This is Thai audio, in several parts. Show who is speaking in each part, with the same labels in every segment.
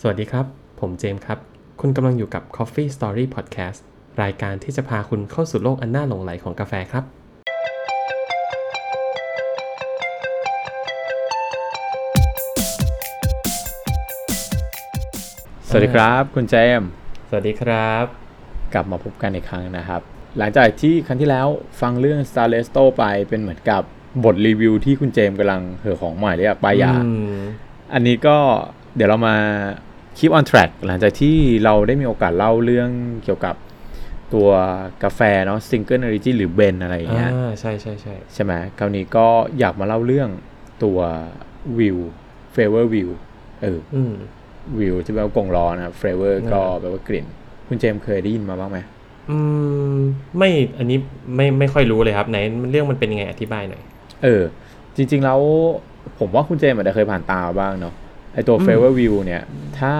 Speaker 1: สวัสดีครับ ผมเจมส์ครับ คุณกำลังอยู่กับ Coffee Story Podcast รายการที่จะพาคุณเข้าสู่โลกอันน่าหลงไหลของกาแฟครับ
Speaker 2: สวัสดีครับคุณเจมส์
Speaker 1: สวัสดีครับ
Speaker 2: กลับมาพบกันอีกครั้งนะครับ หลังจากที่ครั้งที่แล้วฟังเรื่อง Star l e s t o ไปเป็นเหมือนกับบทรีวิวที่คุณเจมส์กำลังเหอของใหม่เลยอะปลายยา
Speaker 1: อืม
Speaker 2: อันนี้ก็เดี๋ยวเรามา keep on track หลังจากที่เราได้มีโอกาสเล่าเรื่องเกี่ยวกับตัวกาแฟเนาะ Single Origin หรือเบนอะไรอย่างเงี้ย
Speaker 1: อ่า ใช่ใช่ใช่
Speaker 2: ใช่ไหมคราวนี้ก็อยากมาเล่าเรื่องตัววิว Flavor View เออ
Speaker 1: อืม
Speaker 2: วิวที่แปลว่ากงล้อนะครับ flavor ก็
Speaker 1: อ่า
Speaker 2: แปลว่ากลิ่น คุณเจมส์เคยได้ยินมาบ้างไหม
Speaker 1: อืม ไม่ อันนี้ไม่ไม่ค่อยรู้เลยครับ ไหนเรื่องมันเป็นยังไงอธิบายหน่อย
Speaker 2: เออ จริง ๆ แล้วผมว่าคุณเจมส์อาจจะเคยผ่านตามาบ้างเนาะไอตัว
Speaker 1: อืม
Speaker 2: flavor view เนี่ย ถ้า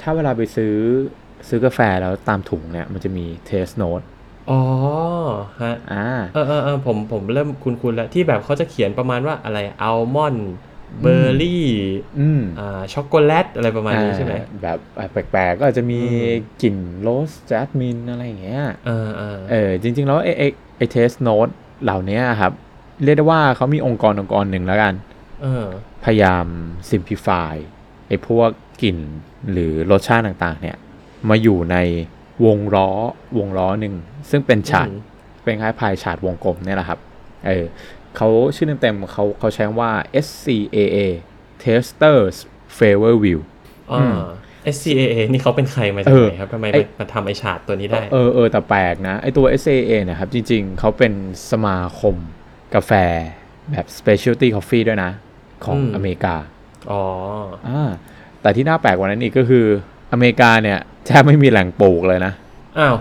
Speaker 2: ถ้าเวลาไปซื้อซื้อกาแฟแล้วตามถุงเนี่ย มันจะมี taste note
Speaker 1: อ๋อ ฮะ
Speaker 2: อ่า
Speaker 1: เออเออเออผมผมเริ่มคุ้นๆแล้วที่แบบเขาจะเขียนประมาณว่าอะไรอัลมอนด์เบอร์รี่
Speaker 2: อืม
Speaker 1: อ่าช็อกโกแลตอะไรประมาณนี้ใช่ไหม
Speaker 2: อ่าแบบแปลกๆ ก็อาจจะมี
Speaker 1: อืม
Speaker 2: กลิ่นโรสจัสมินอะไรอย่างเงี้ย
Speaker 1: เออเออ
Speaker 2: เออจริง ๆ แล้วไอไอไอเทสโนตเหล่านี้ครับ เรียกได้ว่าเขามีองค์กรองค์กรหนึ่งแล้วกัน
Speaker 1: เออ
Speaker 2: พยายาม simplify ไอ้พวกกลิ่นหรือรสชาติต่างๆ เนี่ย มาอยู่ในวงล้อวงล้อหนึ่ง ซึ่งเป็นฉาก
Speaker 1: อืม
Speaker 2: เป็นคล้ายพายฉาดวงกลมเนี่ยแหละครับ เออเขาชื่อเต็มๆเขาเขาใช้ว่า SCAA Testers Flavor View
Speaker 1: อ่า SCAA นี่เขาเป็นใครมาจาก
Speaker 2: เออ
Speaker 1: ไหนครับทำไม
Speaker 2: ไอ้
Speaker 1: มามาทำไอชาร์ตตัวนี้ได้
Speaker 2: เออเออแต่แปลกนะ ไอตัว SCAA เนะครับ จริงๆ เขาเป็นสมาคมกาแฟแบบ Specialty Coffee ด้วยนะ ของ
Speaker 1: อืม
Speaker 2: อเมริกา
Speaker 1: อ๋อ
Speaker 2: อ่าแต่ที่น่าแปลกกว่านั้นอีกก็คืออเมริกาเนี่ยแทบไม่มีแหล่งปลูกเลยนะ
Speaker 1: อ้าว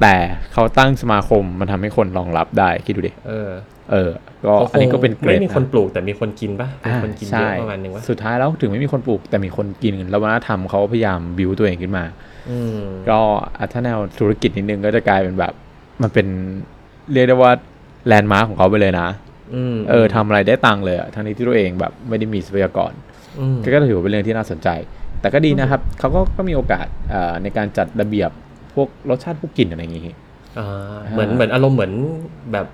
Speaker 2: แต่เขาตั้งสมาคมมันทำให้คนรองรับได้ คิดดูดิ
Speaker 1: เออ
Speaker 2: เออ ก็
Speaker 1: เขาคง
Speaker 2: อันนี้ก็เป็นเกร
Speaker 1: ไม่
Speaker 2: ด
Speaker 1: มีคนปลูกแต่มีคนกินปะมี
Speaker 2: อ่า
Speaker 1: คนกินเย
Speaker 2: ใช่
Speaker 1: อะประมาณนึงวะ
Speaker 2: สุดท้ายแล้วถึงไม่มีคนปลูกแต่มีคนกินแล้ววัฒนธรรมเขาพยายามบิวตัวเองขึ้นมา
Speaker 1: อืม
Speaker 2: ก็อ่ะถ้าแนวธุรกิจนิดนึงก็จะกลายเป็นแบบ มันเป็นเรียกได้ว่าแลนด์มาร์คของเขาไปเลยนะ
Speaker 1: อืม
Speaker 2: เออทำอะไรได้ตังค์เลยอะทั้งนี้ที่ตัวเองแบบไม่ได้มีทรัพยากร
Speaker 1: อืม
Speaker 2: ก็ก็ถือว่าเป็นเรื่องที่น่าสนใจ แต่ก็ดีนะครับ เขาก็ก็มีโอกาสเอ่อในการจัดระเบียบพวกรสชาติพวกกลิ่นอะไรอย่างงี้
Speaker 1: อ่าเหมือนเหมือนอารมณ์เหมือนแบบ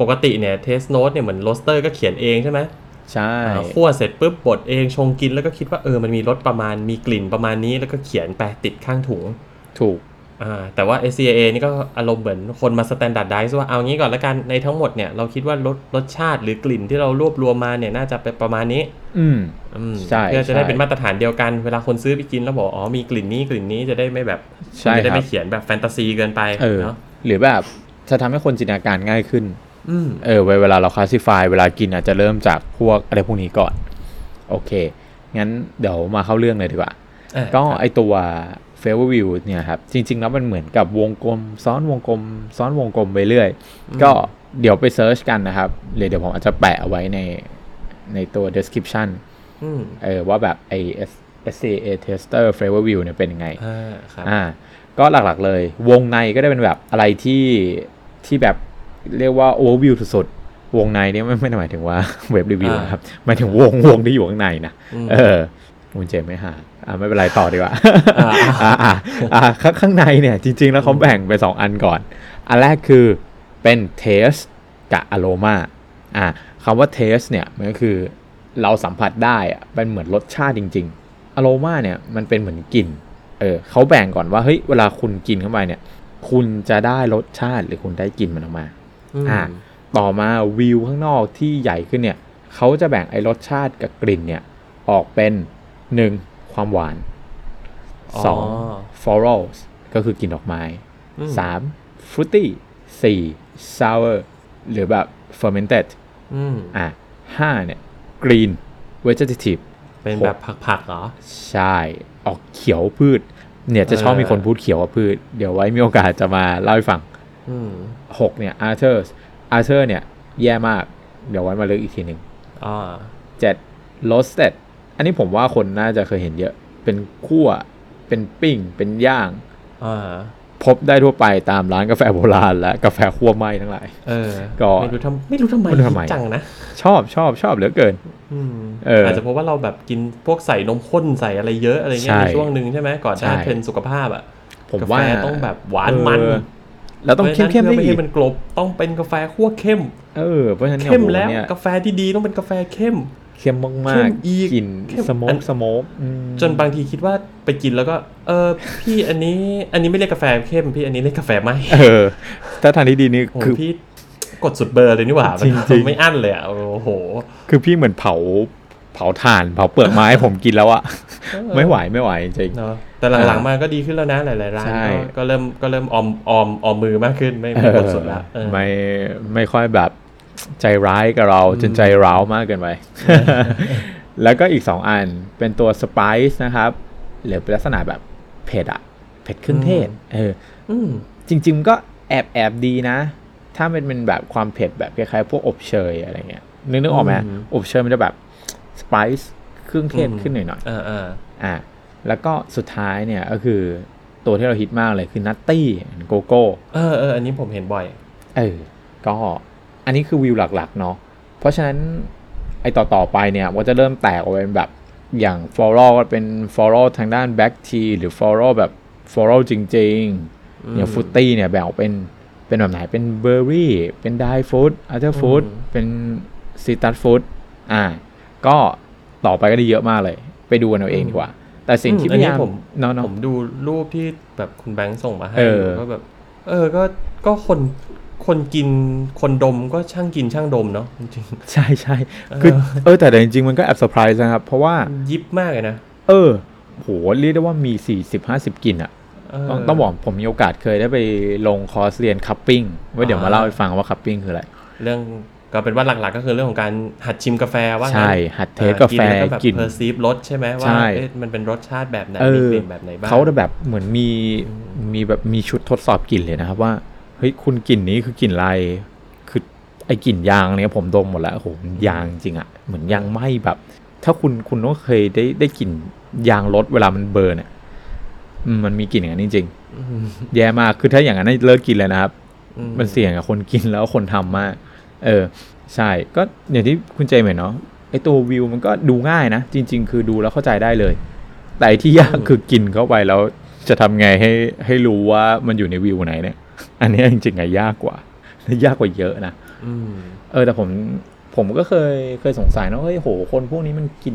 Speaker 1: ปกติเนี่ยเทสโน t e เนี่ยเหมือนโรสเตอร์ก็เขียนเองใช่ไหม
Speaker 2: ใช่
Speaker 1: อ่าคั่วเสร็จปุ๊บบดเองชงกินแล้วก็คิดว่าเออมันมีรสประมาณมีกลิ่นประมาณนี้แล้วก็เขียนแปะติดข้างถุง
Speaker 2: ถูก
Speaker 1: อ่าแต่ว่า SCA นี่ก็อารมณ์เหมือนคนมาสแตนดาร์ดไดซ์ว่าเอางี้ก่อนละกันในทั้งหมดเนี่ยเราคิดว่ารสรสชาติหรือกลิ่นที่เรารวบรวมมาเนี่ยน่าจะเป็นประมาณนี้
Speaker 2: อืม
Speaker 1: อืม
Speaker 2: ใช่
Speaker 1: เพื่อจะได้
Speaker 2: ใช่
Speaker 1: เป็นมาตรฐานเดียวกันเวลาคนซื้อไปกินแล้วบอกอ๋อมีกลิ่นนี้กลิ่นนี้จะได้ไม่แบบ
Speaker 2: ใช่
Speaker 1: มันจะได้
Speaker 2: ครับ
Speaker 1: ไม่เขียนแบบแฟนตาซีเกินไป
Speaker 2: เออ
Speaker 1: เนาะ
Speaker 2: หรือแบบจะทำให้คนจินตนาการง่ายขึ้น
Speaker 1: อืม
Speaker 2: เออเวเวลาเราคลาสสิฟายเวลากินอาจจะเริ่มจากพวกอะไรพวกนี้ก่อน โอเค งั้นเดี๋ยวมาเข้าเรื่องเลยดีกว่า
Speaker 1: อ่ะ
Speaker 2: ก็
Speaker 1: ครับ
Speaker 2: ไอตัวเฟเวอร์วิวเนี่ยครับ จริง ๆ แล้วมันเหมือนกับวงกลม ซ้อนวงกลม ซ้อนวงกลมไปเรื่อย ก็เดี๋ยวไปเซิร์ชกันนะครับหรือเดี๋ยวผมอาจจะแปะเอาไว้ในในตัว description
Speaker 1: อืม
Speaker 2: เออว่าแบบไอ SCA tester flavor view เนี่ยเป็นยังไง
Speaker 1: อ่าครับ
Speaker 2: อ่า ก็หลักๆเลย วงในก็ได้เป็นแบบอะไรที่ที่แบบเรียกว่า overview สุดๆ วงในเนี่ยไม่ไม่ได้หมายถึงว่า เว็บรีวิวนะครับหมายถึงวงวงที่อยู่ข้างในนะ
Speaker 1: ม
Speaker 2: เออคุณเจมส์ไม่หาอ่าไม่เป็นไรต่อดีกว่า
Speaker 1: อ่า
Speaker 2: อ่าอ่าอ่าข้างข้างในเนี่ย จริง ๆ แล้วเขาแบ่งไปนสองอันก่อน อันแรกคือเป็นเทสกับอโรมาอ่าคำว่าเทสเนี่ย มันก็คือเราสัมผัสได้อะเป็นเหมือนรสชาติจริง ๆ อโรมาเนี่ย มันเป็นเหมือนกลิ่นเออเขาแบ่งก่อนว่า เฮ้ย เวลาคุณกินเข้าไปเนี่ย คุณจะได้รสชาติหรือคุณได้กลิ่นมันออกมา
Speaker 1: ม
Speaker 2: อ่ะต่อมาวิวข้างนอกที่ใหญ่ขึ้นเนี่ยเขาจะแบ่งไอ้รสชาติกับกลิ่นเนี่ย ออกเป็น 1. ความหวาน 2. florals ก็คือกลิ่นดอกไม้
Speaker 1: อืม
Speaker 2: 3. fruity 4. sour หรือแบบ fermented
Speaker 1: อืม
Speaker 2: อ่ะ5เนี่ย green vegetative
Speaker 1: เป็น
Speaker 2: หก
Speaker 1: แบบผักๆเหรอ
Speaker 2: ใช่ ออกเขียวพืช เนี่ยจะชอบมีคนพูดเขียวกับพืช เดี๋ยวไว้มีโอกาสจะมาเล่าให้ฟัง
Speaker 1: อืม
Speaker 2: 6เนี่ย Arthur Arthur เนี่ย แย่มาก เดี๋ยวไว้มาเลือกอีกทีหนึ่ง
Speaker 1: อ๋อ
Speaker 2: 7 Roasted อันนี้ผมว่าคนน่าจะเคยเห็นเยอะ เป็นคั่ว เป็นปิ้ง เป็นย่าง
Speaker 1: อ่า
Speaker 2: ผ พบได้ทั่วไปตามร้านกาแฟโบราณและกาแฟคั่วไหม้ทั้งหลาย
Speaker 1: เออ
Speaker 2: ก็
Speaker 1: ไม่รู้ทำไม่รู้ทำไม
Speaker 2: ไม่รู้ทำไม
Speaker 1: ฮิตจังนะ
Speaker 2: ชอบชอบชอบเหลือเกิน
Speaker 1: อืม
Speaker 2: เอออ
Speaker 1: จจะเพราะว่าเราแบบกินพวกใส่นมข้นใส่อะไรเยอะอะไรเงี้ย
Speaker 2: ใช่
Speaker 1: ในช่วงหนึ่งใช่ไหมก่อนหน้า
Speaker 2: ใช่
Speaker 1: เทรนด์สุขภาพอ่ะ
Speaker 2: ผม
Speaker 1: กา
Speaker 2: ว่า
Speaker 1: แฟต้องแบบหวานมัน
Speaker 2: เออแล้วต้องเข้มเข้ม
Speaker 1: พ
Speaker 2: ๆ
Speaker 1: ราะฉะนั้
Speaker 2: ได้
Speaker 1: นเพื่อไม่
Speaker 2: อี
Speaker 1: ให้
Speaker 2: ก
Speaker 1: มันกลบต้องเป็นกาแฟขั้วเข้ม
Speaker 2: เออเพราะฉะนั้นนี่ย
Speaker 1: เข้ม
Speaker 2: โอ้โห
Speaker 1: แล้ว
Speaker 2: นี่ย
Speaker 1: กาแฟที่ดีต้องเป็นกาแฟเข้ม
Speaker 2: เข้มมา
Speaker 1: เข้
Speaker 2: ก
Speaker 1: มอีก
Speaker 2: ๆกลิ่น
Speaker 1: เข้ม
Speaker 2: สโม
Speaker 1: อั
Speaker 2: ก
Speaker 1: น
Speaker 2: สโมก
Speaker 1: จนบางทีคิดว่าไปกินแล้วก็ เออพี่อันนี้อันนี้ไม่เรียกกาแฟเข้มพี่อันนี้เรียกกาแฟไหม
Speaker 2: เออถ้าทางที่ดีนี่
Speaker 1: โอ้โห
Speaker 2: คือ
Speaker 1: พี่กดสุดเบอร์เลยนี่หว่า
Speaker 2: จริ
Speaker 1: มั
Speaker 2: งๆ
Speaker 1: น ไม่อั้นเลยอ่ะโอ้โห
Speaker 2: คือพี่เหมือนเผาเผาถ่านเผาเปลือกไม้ ผมกินแล้วอะไม่ไหวไม่ไหวจริง
Speaker 1: เนาะแต่หลังๆมาก็ดีขึ้นแล้วนะหลายๆร้าน
Speaker 2: ใช่
Speaker 1: ก็ก็เริ่มก็เริ่มออมออมออมมือมากขึ้นไม่
Speaker 2: เอ
Speaker 1: ไม่กด
Speaker 2: อ
Speaker 1: สุดละเออ
Speaker 2: ไม่ไม่ค่อยแบบใจร้ายกับเราจนใจร้าวมากเกินไป แล้วก็อีก 2 อันเป็นตัวสไปซ์นะครับหรือเป็นลักษณะแบบเผ็ดอะเผ็ดเครื่องเทศเออ
Speaker 1: อืม
Speaker 2: จริงๆมันก็แอบแอบดีนะ ถ้ามันเป็นแบบความเผ็ดแบบคล้ายๆ พวกอบเชยอะไรเงี้ย นึกนึกออกไหมอบเชยมันจะแบบสไปซ์เครื่องเทศขึ้นหน่อย
Speaker 1: เออเออ
Speaker 2: ๆ อ่ะแล้วก็สุดท้ายเนี่ยก็คือตัวที่เราฮิตมากเลยคือนัตตี้โกโก้
Speaker 1: เออเอออันนี้ผมเห็นบ่อย
Speaker 2: เออ ก็อันนี้คือวิวหลักๆ เนาะ เพราะฉะนั้นไอ้ต่อต่อๆไปเนี่ยมันก็จะเริ่มแตกออกเป็นแบบอย่างฟลอรัลก็เป็นฟลอรัลทางด้านแบ็กทีหรือฟลอรัลแบบฟลอรัลจริง
Speaker 1: อืม
Speaker 2: ๆอย่างฟรุตตี้เนี่ยแบ่งออกเป็นเป็นแบบไหนเป็นเบอร์รี่ เป็นไดฟูดอัลเทอร์ฟูด
Speaker 1: อืม
Speaker 2: เป็นซิตัสฟูดอ่า ก็ต่อไปก็ได้เยอะมากเลย ไปดูกันเอาเองดีกว่า แต่สิ่งที่
Speaker 1: อืม
Speaker 2: พ
Speaker 1: อัน
Speaker 2: ยา
Speaker 1: นี้
Speaker 2: ยาม
Speaker 1: ผม
Speaker 2: เนาะเนาะ
Speaker 1: ผมดูรูปที่แบบคุณแบงค์ส่งมาให้
Speaker 2: เออ
Speaker 1: ก็แบบ เออก็ก็คนคนกินคนดมก็ช่างกินช่างดมเนาะจริง
Speaker 2: ใช่ใช่คือ
Speaker 1: เออ
Speaker 2: เออแต่แต่จริงๆ มันก็แอบเซอร์ไพรส์นะครับ เพราะว่า
Speaker 1: ๆยิบมากเลยนะ
Speaker 2: เออโหเรียกได้ว่ามี 40 50กลิ่นอะ
Speaker 1: เออ
Speaker 2: ต้องต้องบอกผมมีโอกาสเคยได้ไปลงคอร์สเรียนคัพปิ้งไว้เดี๋ยว
Speaker 1: อ่าม
Speaker 2: มาเล่าให้ฟังว่าคัพปิ้งคืออะไร
Speaker 1: เรื่องก็เป็นว่าหลักๆ ก็คือเรื่องของการหัดชิมกาแฟว่างั้น
Speaker 2: ใช่ หัดเทสกาแฟ
Speaker 1: นล้วก็แบบ
Speaker 2: กลิ่น
Speaker 1: perceive รสใช่ไหมว่า
Speaker 2: ใช่
Speaker 1: เอ๊ะมันเป็นรสชาติแบบไหน
Speaker 2: เอ
Speaker 1: มี
Speaker 2: อก
Speaker 1: ลิ่นแบบไหนบ้าง
Speaker 2: เขาจะแบบเหมือนมีมีแบบมีชุดทดสอบกลิ่นเลยนะครับว่าเฮ้ยคุณกลิ่นนี้คือกลิ่นอะไรคือไอ้กลิ่นยางเนี่ยผมดมหมดแล้วโอ้โหมันยางจริงอะเหมือนยางไหมแบบ ถ้าคุณคุณต้องเคยได้ได้กลิ่นยางรถเวลามันเบิร์นอะอืมมันมีกลิ่นอย่างนั้นจริงๆแย่มากคือถ้าอย่างนั้นให้เลิกกินเลยนะครับ
Speaker 1: อืม
Speaker 2: มันเสี่ยงกับคนกินแล้วคนทำมาก เออ ใช่ ก็อย่างที่คุณเจมเห็นเนาะ ไอตัววิวมันก็ดูง่ายนะ จริง ๆ คือดูแล้วเข้าใจได้เลย แต่ไอ้ที่ยากคือกินเข้าไปแล้วจะทำไงให้ให้รู้ว่ามันอยู่ในวิวไหนเนี่ย อันเนี้ยจริงๆอะยากกว่าและยากกว่าเยอะนะ
Speaker 1: อืม
Speaker 2: เออแต่ผมผมก็เคยเคยสงสัยนะเฮ้ยโห คนพวกนี้มันกิน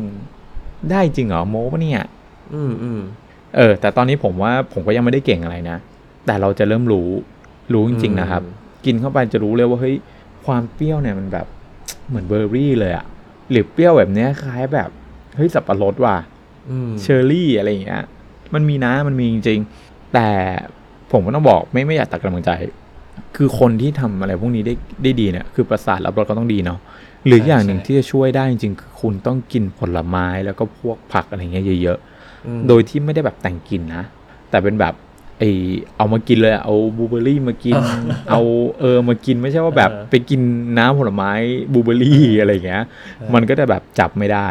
Speaker 2: ได้จริงเหรอโม้ปะเนี่ย
Speaker 1: อืมอืม
Speaker 2: เออ แต่ตอนนี้ผมว่าผมก็ยังไม่ได้เก่งอะไรนะ แต่เราจะเริ่มรู้รู้จริง ๆ นะครับ
Speaker 1: อืม
Speaker 2: กินเข้าไปจะรู้เลยว่าเฮ้ยความเปรี้ยวเนี่ยมันแบบ เหมือนเบอร์รี่เลยอะหรือเปรี้ยวแบบเนี้ยคล้ายแบบเฮ้ยสับปะรดว่ะ
Speaker 1: อืม
Speaker 2: เชอร์รี่อะไรอย่างเงี้ย มันมีนะ มันมีจริงๆ แต่ผมก็ต้องบอกไม่ไม่อยากตักกำลังใจ คือคนที่ทำอะไรพวกนี้ได้ได้ดีเนี่ย คือประสาทรับรสเขาต้องดีเนาะ หรือ
Speaker 1: ใช่
Speaker 2: อย่างหนึ่ง
Speaker 1: ใช่
Speaker 2: ที่จะช่วยได้จริงๆ คือคุณต้องกินผลไม้แล้วก็พวกผักอะไรเงี้ยเยอะ
Speaker 1: อืม
Speaker 2: ๆ โดยที่ไม่ได้แบบแต่งกินนะ แต่เป็นแบบไอเอามากินเลยอะเอาบลูเบอร์รี่มากิน เอาเออมากินไม่ใช่ว่าแบบไปกินน้ำผลไม้บลูเบอร์รี่อะไรอย่างเงี้ย มันก็จะแบบจับไม่ได้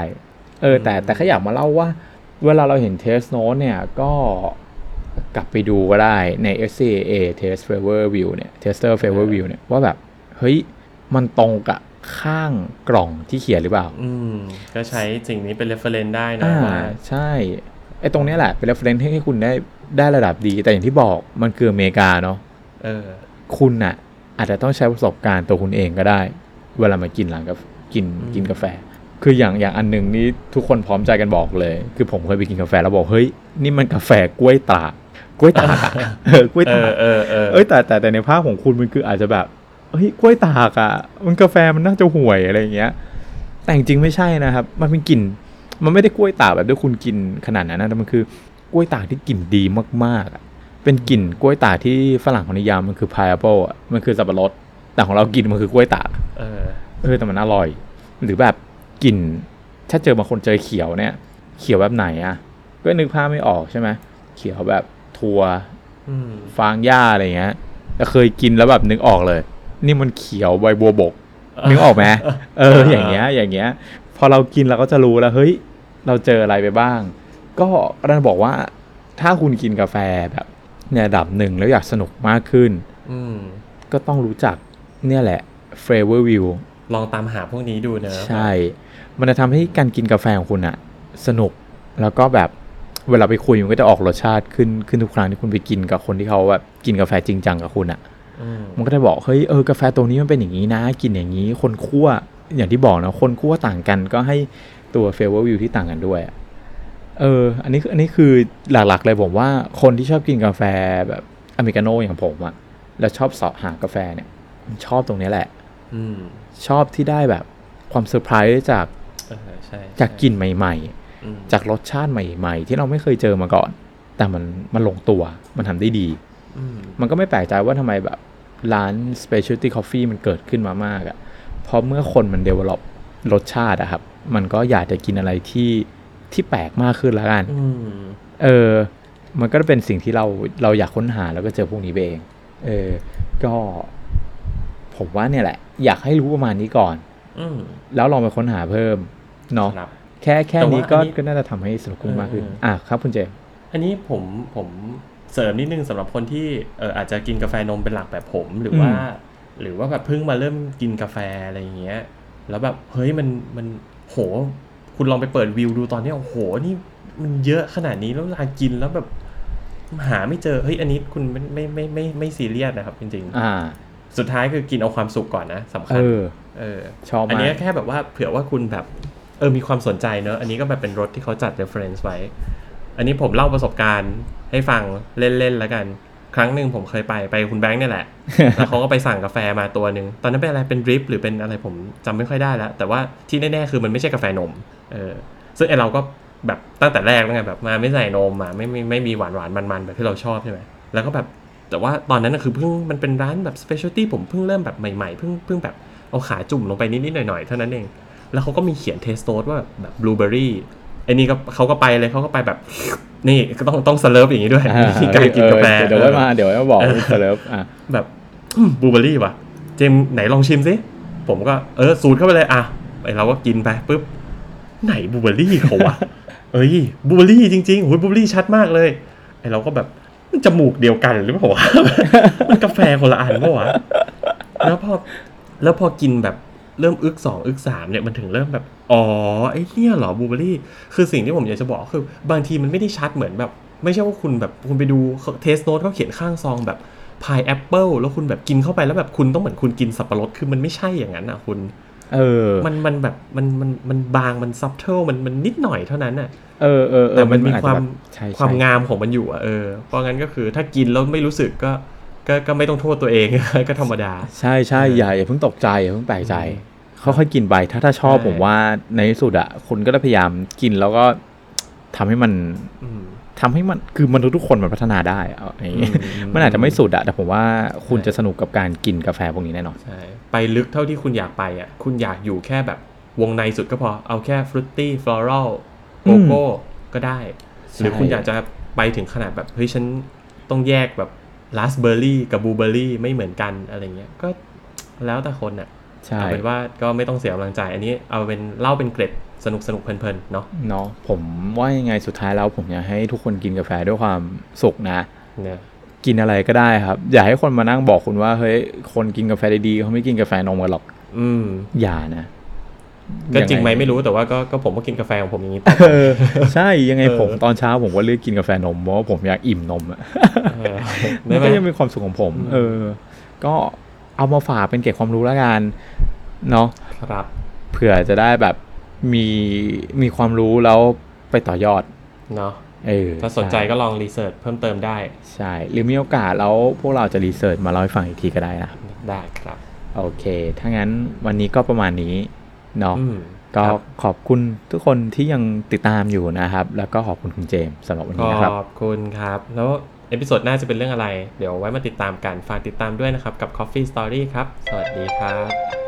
Speaker 2: เออ แต่แต่แค่อยากมาเล่าว่า เวลาเราเห็นเทสโน e เนี่ย ก็กลับไปดูก็ได้ใน SCAA Test Favor View เนี่ย Tester Favor View เนี่ย ว่าแบบ เฮ้ย มันตรงกับข้างกล่องที่เขียนหรือเปล่า
Speaker 1: อืม ก็ใช้สิ่งนี้เป็น reference ได้นะ
Speaker 2: อ่า
Speaker 1: ว่า
Speaker 2: ใช่ไอ้ตรงเนี้ยแหละ เป็น reference ให้ให้คุณได้ได้ระดับดี แต่อย่างที่บอกมันคืออเมริกาเนาะ
Speaker 1: เออ
Speaker 2: คุณน่ะ อาจจะต้องใช้ประสบการณ์ตัวคุณเองก็ได้ เวลามากินหลังกับกิน
Speaker 1: อืม
Speaker 2: กินกาแฟ คืออย่างอย่างอันหนึ่งนี่ทุกคนพร้อมใจกันบอกเลย คือผมเคยไปกินกาแฟแล้วบอกเฮ้ยนี่มันกาแฟกล้วยตากกล้วยตากอะ เออกล้วย
Speaker 1: เอ
Speaker 2: ตา
Speaker 1: อก เออเออ
Speaker 2: เอ้ยแต่แต่แต่ในภาพของคุณมันคืออาจจะแบบเฮ้ยกล้วยตากอะมันกาแฟมันน่าจะห่วยอะไรอย่างเงี้ย แต่จริงๆไม่ใช่นะครับ มันเป็นกลิ่นมันไม่ได้กล้วยตากแบบที่คุณกินขนาดนั้นนะแต่มันคือกล้วยตากที่กลิ่นดีมากๆอะเป็นกลิ่นกล้วยตากที่ฝรั่งเขานิยามมันคือ pineapple อะมันคือสับปะรด แต่ของเรากินมันคือกล้วยตาก
Speaker 1: เออ
Speaker 2: เออแต่มันอร่อย หรือแบบกลิ่น ถ้าเจอบางคนเจอเขียวเนี่ย เขียวแบบไหนอะก็นึกภาพไม่ออกใช่ไหมเขียวแบบทัว
Speaker 1: อืม
Speaker 2: ฟางหญ้าอะไรอย่างเงี้ยแต่เคยกินแล้วแบบนึกออกเลย นี่มันเขียวใบบัวบก นึกออกไหมเออ อย่างเงี้ย อย่างเงี้ย พอเรากินเราก็จะรู้แล้วเฮ้ย เราเจออะไรไปบ้าง ก็รันบอกว่าถ้าคุณกินกาแฟแบบ ในระดับหนึ่งแล้วอยากสนุกมากขึ้น
Speaker 1: อืม
Speaker 2: ก็ต้องรู้จักเนี่ยแหละ flavor view
Speaker 1: ลองตามหาพวกนี้ดูเนอะ
Speaker 2: ใช่ มันจะทำให้การกินกาแฟของคุณอะสนุก แล้วก็แบบเวลาไปคุยมันก็จะออกรสชาติขึ้นขึ้นทุกครั้งที่คุณไปกินกับคนที่เขาแบบกินกาแฟจริงจังกับคุณอะ
Speaker 1: อืม
Speaker 2: มันก็จะบอกเฮ้ยเออกาแฟตัวนี้มันเป็นอย่างนี้นะ กินอย่างนี้ คนคั่วอย่างที่บอกนะคนคั่วต่างกันก็ให้ตัวเฟเวอร์วิวที่ต่างกันด้วยอะเออ อันนี้คืออันนี้คือหลักๆเลยผมว่าคนที่ชอบกินกาแฟแบบอเมริกาโน่อย่างผมอะแล้วชอบเสาะหากาแฟเนี่ยผมชอบตรงเนี้ยแหละ
Speaker 1: อืม
Speaker 2: ชอบที่ได้แบบความเซอร์ไพรส์จาก
Speaker 1: เออใช่
Speaker 2: จากกลิ่นใหม่
Speaker 1: อืม
Speaker 2: ๆ จากรสชาติใหม่ ๆ ที่เราไม่เคยเจอมาก่อน แต่มันมันลงตัว มันทำได้ดี
Speaker 1: อืม
Speaker 2: มันก็ไม่แปลกใจว่าทำไมแบบร้าน specialty coffee มันเกิดขึ้นมามากอะ่ะ เพราะเมื่อคนมัน develop รสชาติอะครับ มันก็อยากจะกินอะไรที่ที่แปลกมากขึ้นละกัน
Speaker 1: อืม
Speaker 2: เออ มันก็เป็นสิ่งที่เราเราอยากค้นหาแล้วก็เจอพวกนี้ไปเอง เออ ก็ผมว่าเนี่ยแหละ อยากให้รู้ประมาณนี้ก่อน
Speaker 1: อืม
Speaker 2: แล้วลองไปค้นหาเพิ่มเนาะ
Speaker 1: ครับ
Speaker 2: แค่แค่นี้
Speaker 1: แต่
Speaker 2: ก็
Speaker 1: ว่าอันนี้
Speaker 2: ก็น่าจะทำให้สนุกขึ้นมากขึ้น
Speaker 1: เออ
Speaker 2: อ่ะครับคุณเจมส์
Speaker 1: อันนี้ผมผมเสริมนิดนึงสำหรับคนที่เอออาจจะกินกาแฟนมเป็นหลักแบบผมหรือว่า หรือว่าแบบเพิ่งมาเริ่มกินกาแฟอะไรอย่างเงี้ย แล้วแบบเฮ้ยมันมันโห คุณลองไปเปิดวิวดูตอนเนี้ยโอ้โหนี่มันเยอะขนาดนี้แล้วเวลากินแล้วแบบหาไม่เจอเฮ้ยอันนี้คุณไม่ไม่ไม่ไม่ไม่ซีเรียสนะครับจริง
Speaker 2: อ่า
Speaker 1: ๆ สุดท้ายคือกินเอาความสุขก่อนนะสำ
Speaker 2: เอ
Speaker 1: คัญ
Speaker 2: อ
Speaker 1: เออ
Speaker 2: ชอบ
Speaker 1: อัน
Speaker 2: มา
Speaker 1: เนี้ย
Speaker 2: ก
Speaker 1: แค่แบบว่าเผื่อว่าคุณแบบเออมีความสนใจเนอะอันนี้ก็แบบเป็นรถที่เขาจัด reference ไว้ อันนี้ผมเล่าประสบการณ์ให้ฟังเล่นๆแล้วกัน ครั้งหนึ่งผมเคยไปไปคุณแบงค์เนี่ยแหละ แล้วเขาก็ไปสั่งกาแฟมาตัวหนึ่งตอนนั้นเป็นอะไรเป็นดริปหรือเป็นอะไรผมจำไม่ค่อยได้แล้ว แต่ว่าที่แน่ๆคือมันไม่ใช่กาแฟนมเออซึ่งไอเราก็แบบตั้งแต่แรกแล้วไงแบบมาไม่ใส่นมมาไม่ไม่ไม่มีหวานหวานๆมันๆแบบที่เราชอบใช่ไหมแล้วก็แบบ แต่ว่าตอนนั้นนะคือเพิ่งมันเป็นร้านแบบ specialty ผมเพิ่งเริ่มแบบใหม่ๆ เพิ่งเพิ่งแบบเอาขาจุ่มลงไปนิดๆหน่อยๆ เท่านั้นเอง แล้วเขาก็มีเขียนเทสโตสว่าแบบบลูเบอรี่ไอ้นี่ก็เขาก็ไปเลยเขาก็ไปแบบ นี่ก็ต้องต้องสเลิร์ฟอย่างนี้ด้วย
Speaker 2: อ่า
Speaker 1: วิธี การกินกาแฟ
Speaker 2: เออเดี๋ยวไว้มา เดี๋ยวไว้มาบอกเสริฟอ่ะ
Speaker 1: แบบ บลูเบอรี่ว่ะ เจมส์ไหนลองชิมสิ ผมก็เออสูตรเข้าไปเลย อ่ะไอเราก็กินไปปุ๊บ ไหนบลูเบอรี่เขาวะ เอ้ยบลูเบอรี่จริงๆโอ้ยบลูเบอรี่ชัดมากเลย ไอเราก็แบบมันจมูกเดียวกันหรือเปล่าวะ มันกาแฟคนละอันเปล่าวะ แล้วพอแล้วพอกินแบบเริ่มอึกสองอึกสามเนี่ยมันถึงเริ่มแบบ อ๋อไอ้เนี่ยเหรอบลูเบอรี่ คือสิ่งที่ผมอยากจะบอกคือบางทีมันไม่ได้ชัดเหมือนแบบ ไม่ใช่ว่าคุณแบบคุณไปดูเทสโน t e เขาเขียนข้างซองแบบพายแอปเปิลแล้วคุณแบบกินเข้าไปแล้วแบบคุณต้องเหมือนคุณกินสับปะรดคือมันไม่ใช่อย่างนั้นอ่ะคุณ
Speaker 2: เออ
Speaker 1: มันมันแบบมันมันมันบางมันซับเทิลมันมันนิดหน่อยเท่านั้นอ่ะ
Speaker 2: เออเออเออ
Speaker 1: แต่มันมี
Speaker 2: อจ
Speaker 1: ความ
Speaker 2: จะแบบใช่
Speaker 1: ความ
Speaker 2: ใช่
Speaker 1: งามของมันอยู่อ่ะเออ เพราะงั้นก็คือถ้ากินแล้วไม่รู้สึกก็ก็ก็ไม่ต้องโทษตัวเอง ก็ธรรมดา
Speaker 2: ใช่ใช่
Speaker 1: เอออย่
Speaker 2: อาอย่าเพิ่งตกใจ อย่าเพิ่งแปลกใจ
Speaker 1: อื
Speaker 2: ค่อยๆกินไป ถ้าถ้าชอบ
Speaker 1: ใช่
Speaker 2: ผมว่าในที่สุดอ่ะคุณก็ได้พยายามกินแล้วก็ทำให้มัน
Speaker 1: อืม
Speaker 2: ทำให้มันคือมนุษย์ทุกคนมันพัฒนาได้เอาอย่างงี้
Speaker 1: อืม
Speaker 2: มันอาจจะไม่สุดอะแต่ผมว่าคุณจะสนุกกับการกินกาแฟพวกนี้แน่นอน
Speaker 1: ใช่ไปลึกเท่าที่คุณอยากไปอ่ะ คุณอยากอยู่แค่แบบวงในสุดก็พอ เอาแค่ฟรุตตี้ฟลอรัลโกโก้ก็ได้
Speaker 2: ใช่
Speaker 1: หรือคุณอยากจะไปถึงขนาดแบบ เฮ้ย ฉันต้องแยกแบบราสเบอร์รี่กับบลูเบอร์รี่ไม่เหมือนกันอะไรเงี้ย ก็แล้วแต่คนอ่ะ
Speaker 2: ใช่
Speaker 1: เอาเป็นว่าก็ไม่ต้องเสียกำลังใจ อันนี้เอาเป็นเล่าเป็นเกร็ดสนุกสนุกๆเพลินๆ เนาะ
Speaker 2: เนาะผมว่ายังไงสุดท้ายแล้วผมอยากให้ทุกคนกินกาแฟด้วยความสุขนะ
Speaker 1: เนี่ย
Speaker 2: กินอะไรก็ได้ครับ อย่าให้คนมานั่งบอกคุณว่าเฮ้ยคนกินกาแฟดีๆเขาไม่กินกาแฟนมกันหรอก
Speaker 1: อืม
Speaker 2: อย่านะ
Speaker 1: ก็จริงไหม
Speaker 2: ยั
Speaker 1: ไม่รู้แต่ว่าก็ก็ผมก็กินกาแฟของผมอย่าง นี้ต่อ
Speaker 2: เออใช่ยังไง
Speaker 1: เออ
Speaker 2: ผมตอนเช้าผมก็เลือกกินกาแฟนมเพราะว่าผมอยากอิ่มนมอ่ะ
Speaker 1: เออ
Speaker 2: มั
Speaker 1: ได้
Speaker 2: น
Speaker 1: ไหม
Speaker 2: ก็ยังเป็นความสุขของผม
Speaker 1: อืม
Speaker 2: เออ ก็เอามาฝากเป็นเก็บความรู้แล้วกันเนาะ
Speaker 1: ครับ
Speaker 2: เผื่อจะได้แบบมีมีความรู้แล้วไปต่อยอด
Speaker 1: เนาะ
Speaker 2: เออ
Speaker 1: ถ้าสนใจก็ลองรีเสิร์ชเพิ่มเติมได้
Speaker 2: ใช่ หรือมีโอกาสแล้วพวกเราจะรีเสิร์ชมาเล่าให้ฟังอีกทีก็ได้นะครับ
Speaker 1: ได้ครับ
Speaker 2: โอเค ถ้างั้นวันนี้ก็ประมาณนี้เนาะ
Speaker 1: อืม
Speaker 2: ก็
Speaker 1: ครับ
Speaker 2: ขอบคุณทุกคนที่ยังติดตามอยู่นะครับ แล้วก็ขอบคุณคุณเจมส์สำหรับวันนี้นะครับ
Speaker 1: ขอบคุณครับ แล้วเอพิโซดหน้าจะเป็นเรื่องอะไร เดี๋ยวไว้มาติดตามกัน ฝากติดตามด้วยนะครับ กับ Coffee Story ครับ สวัสดีครับ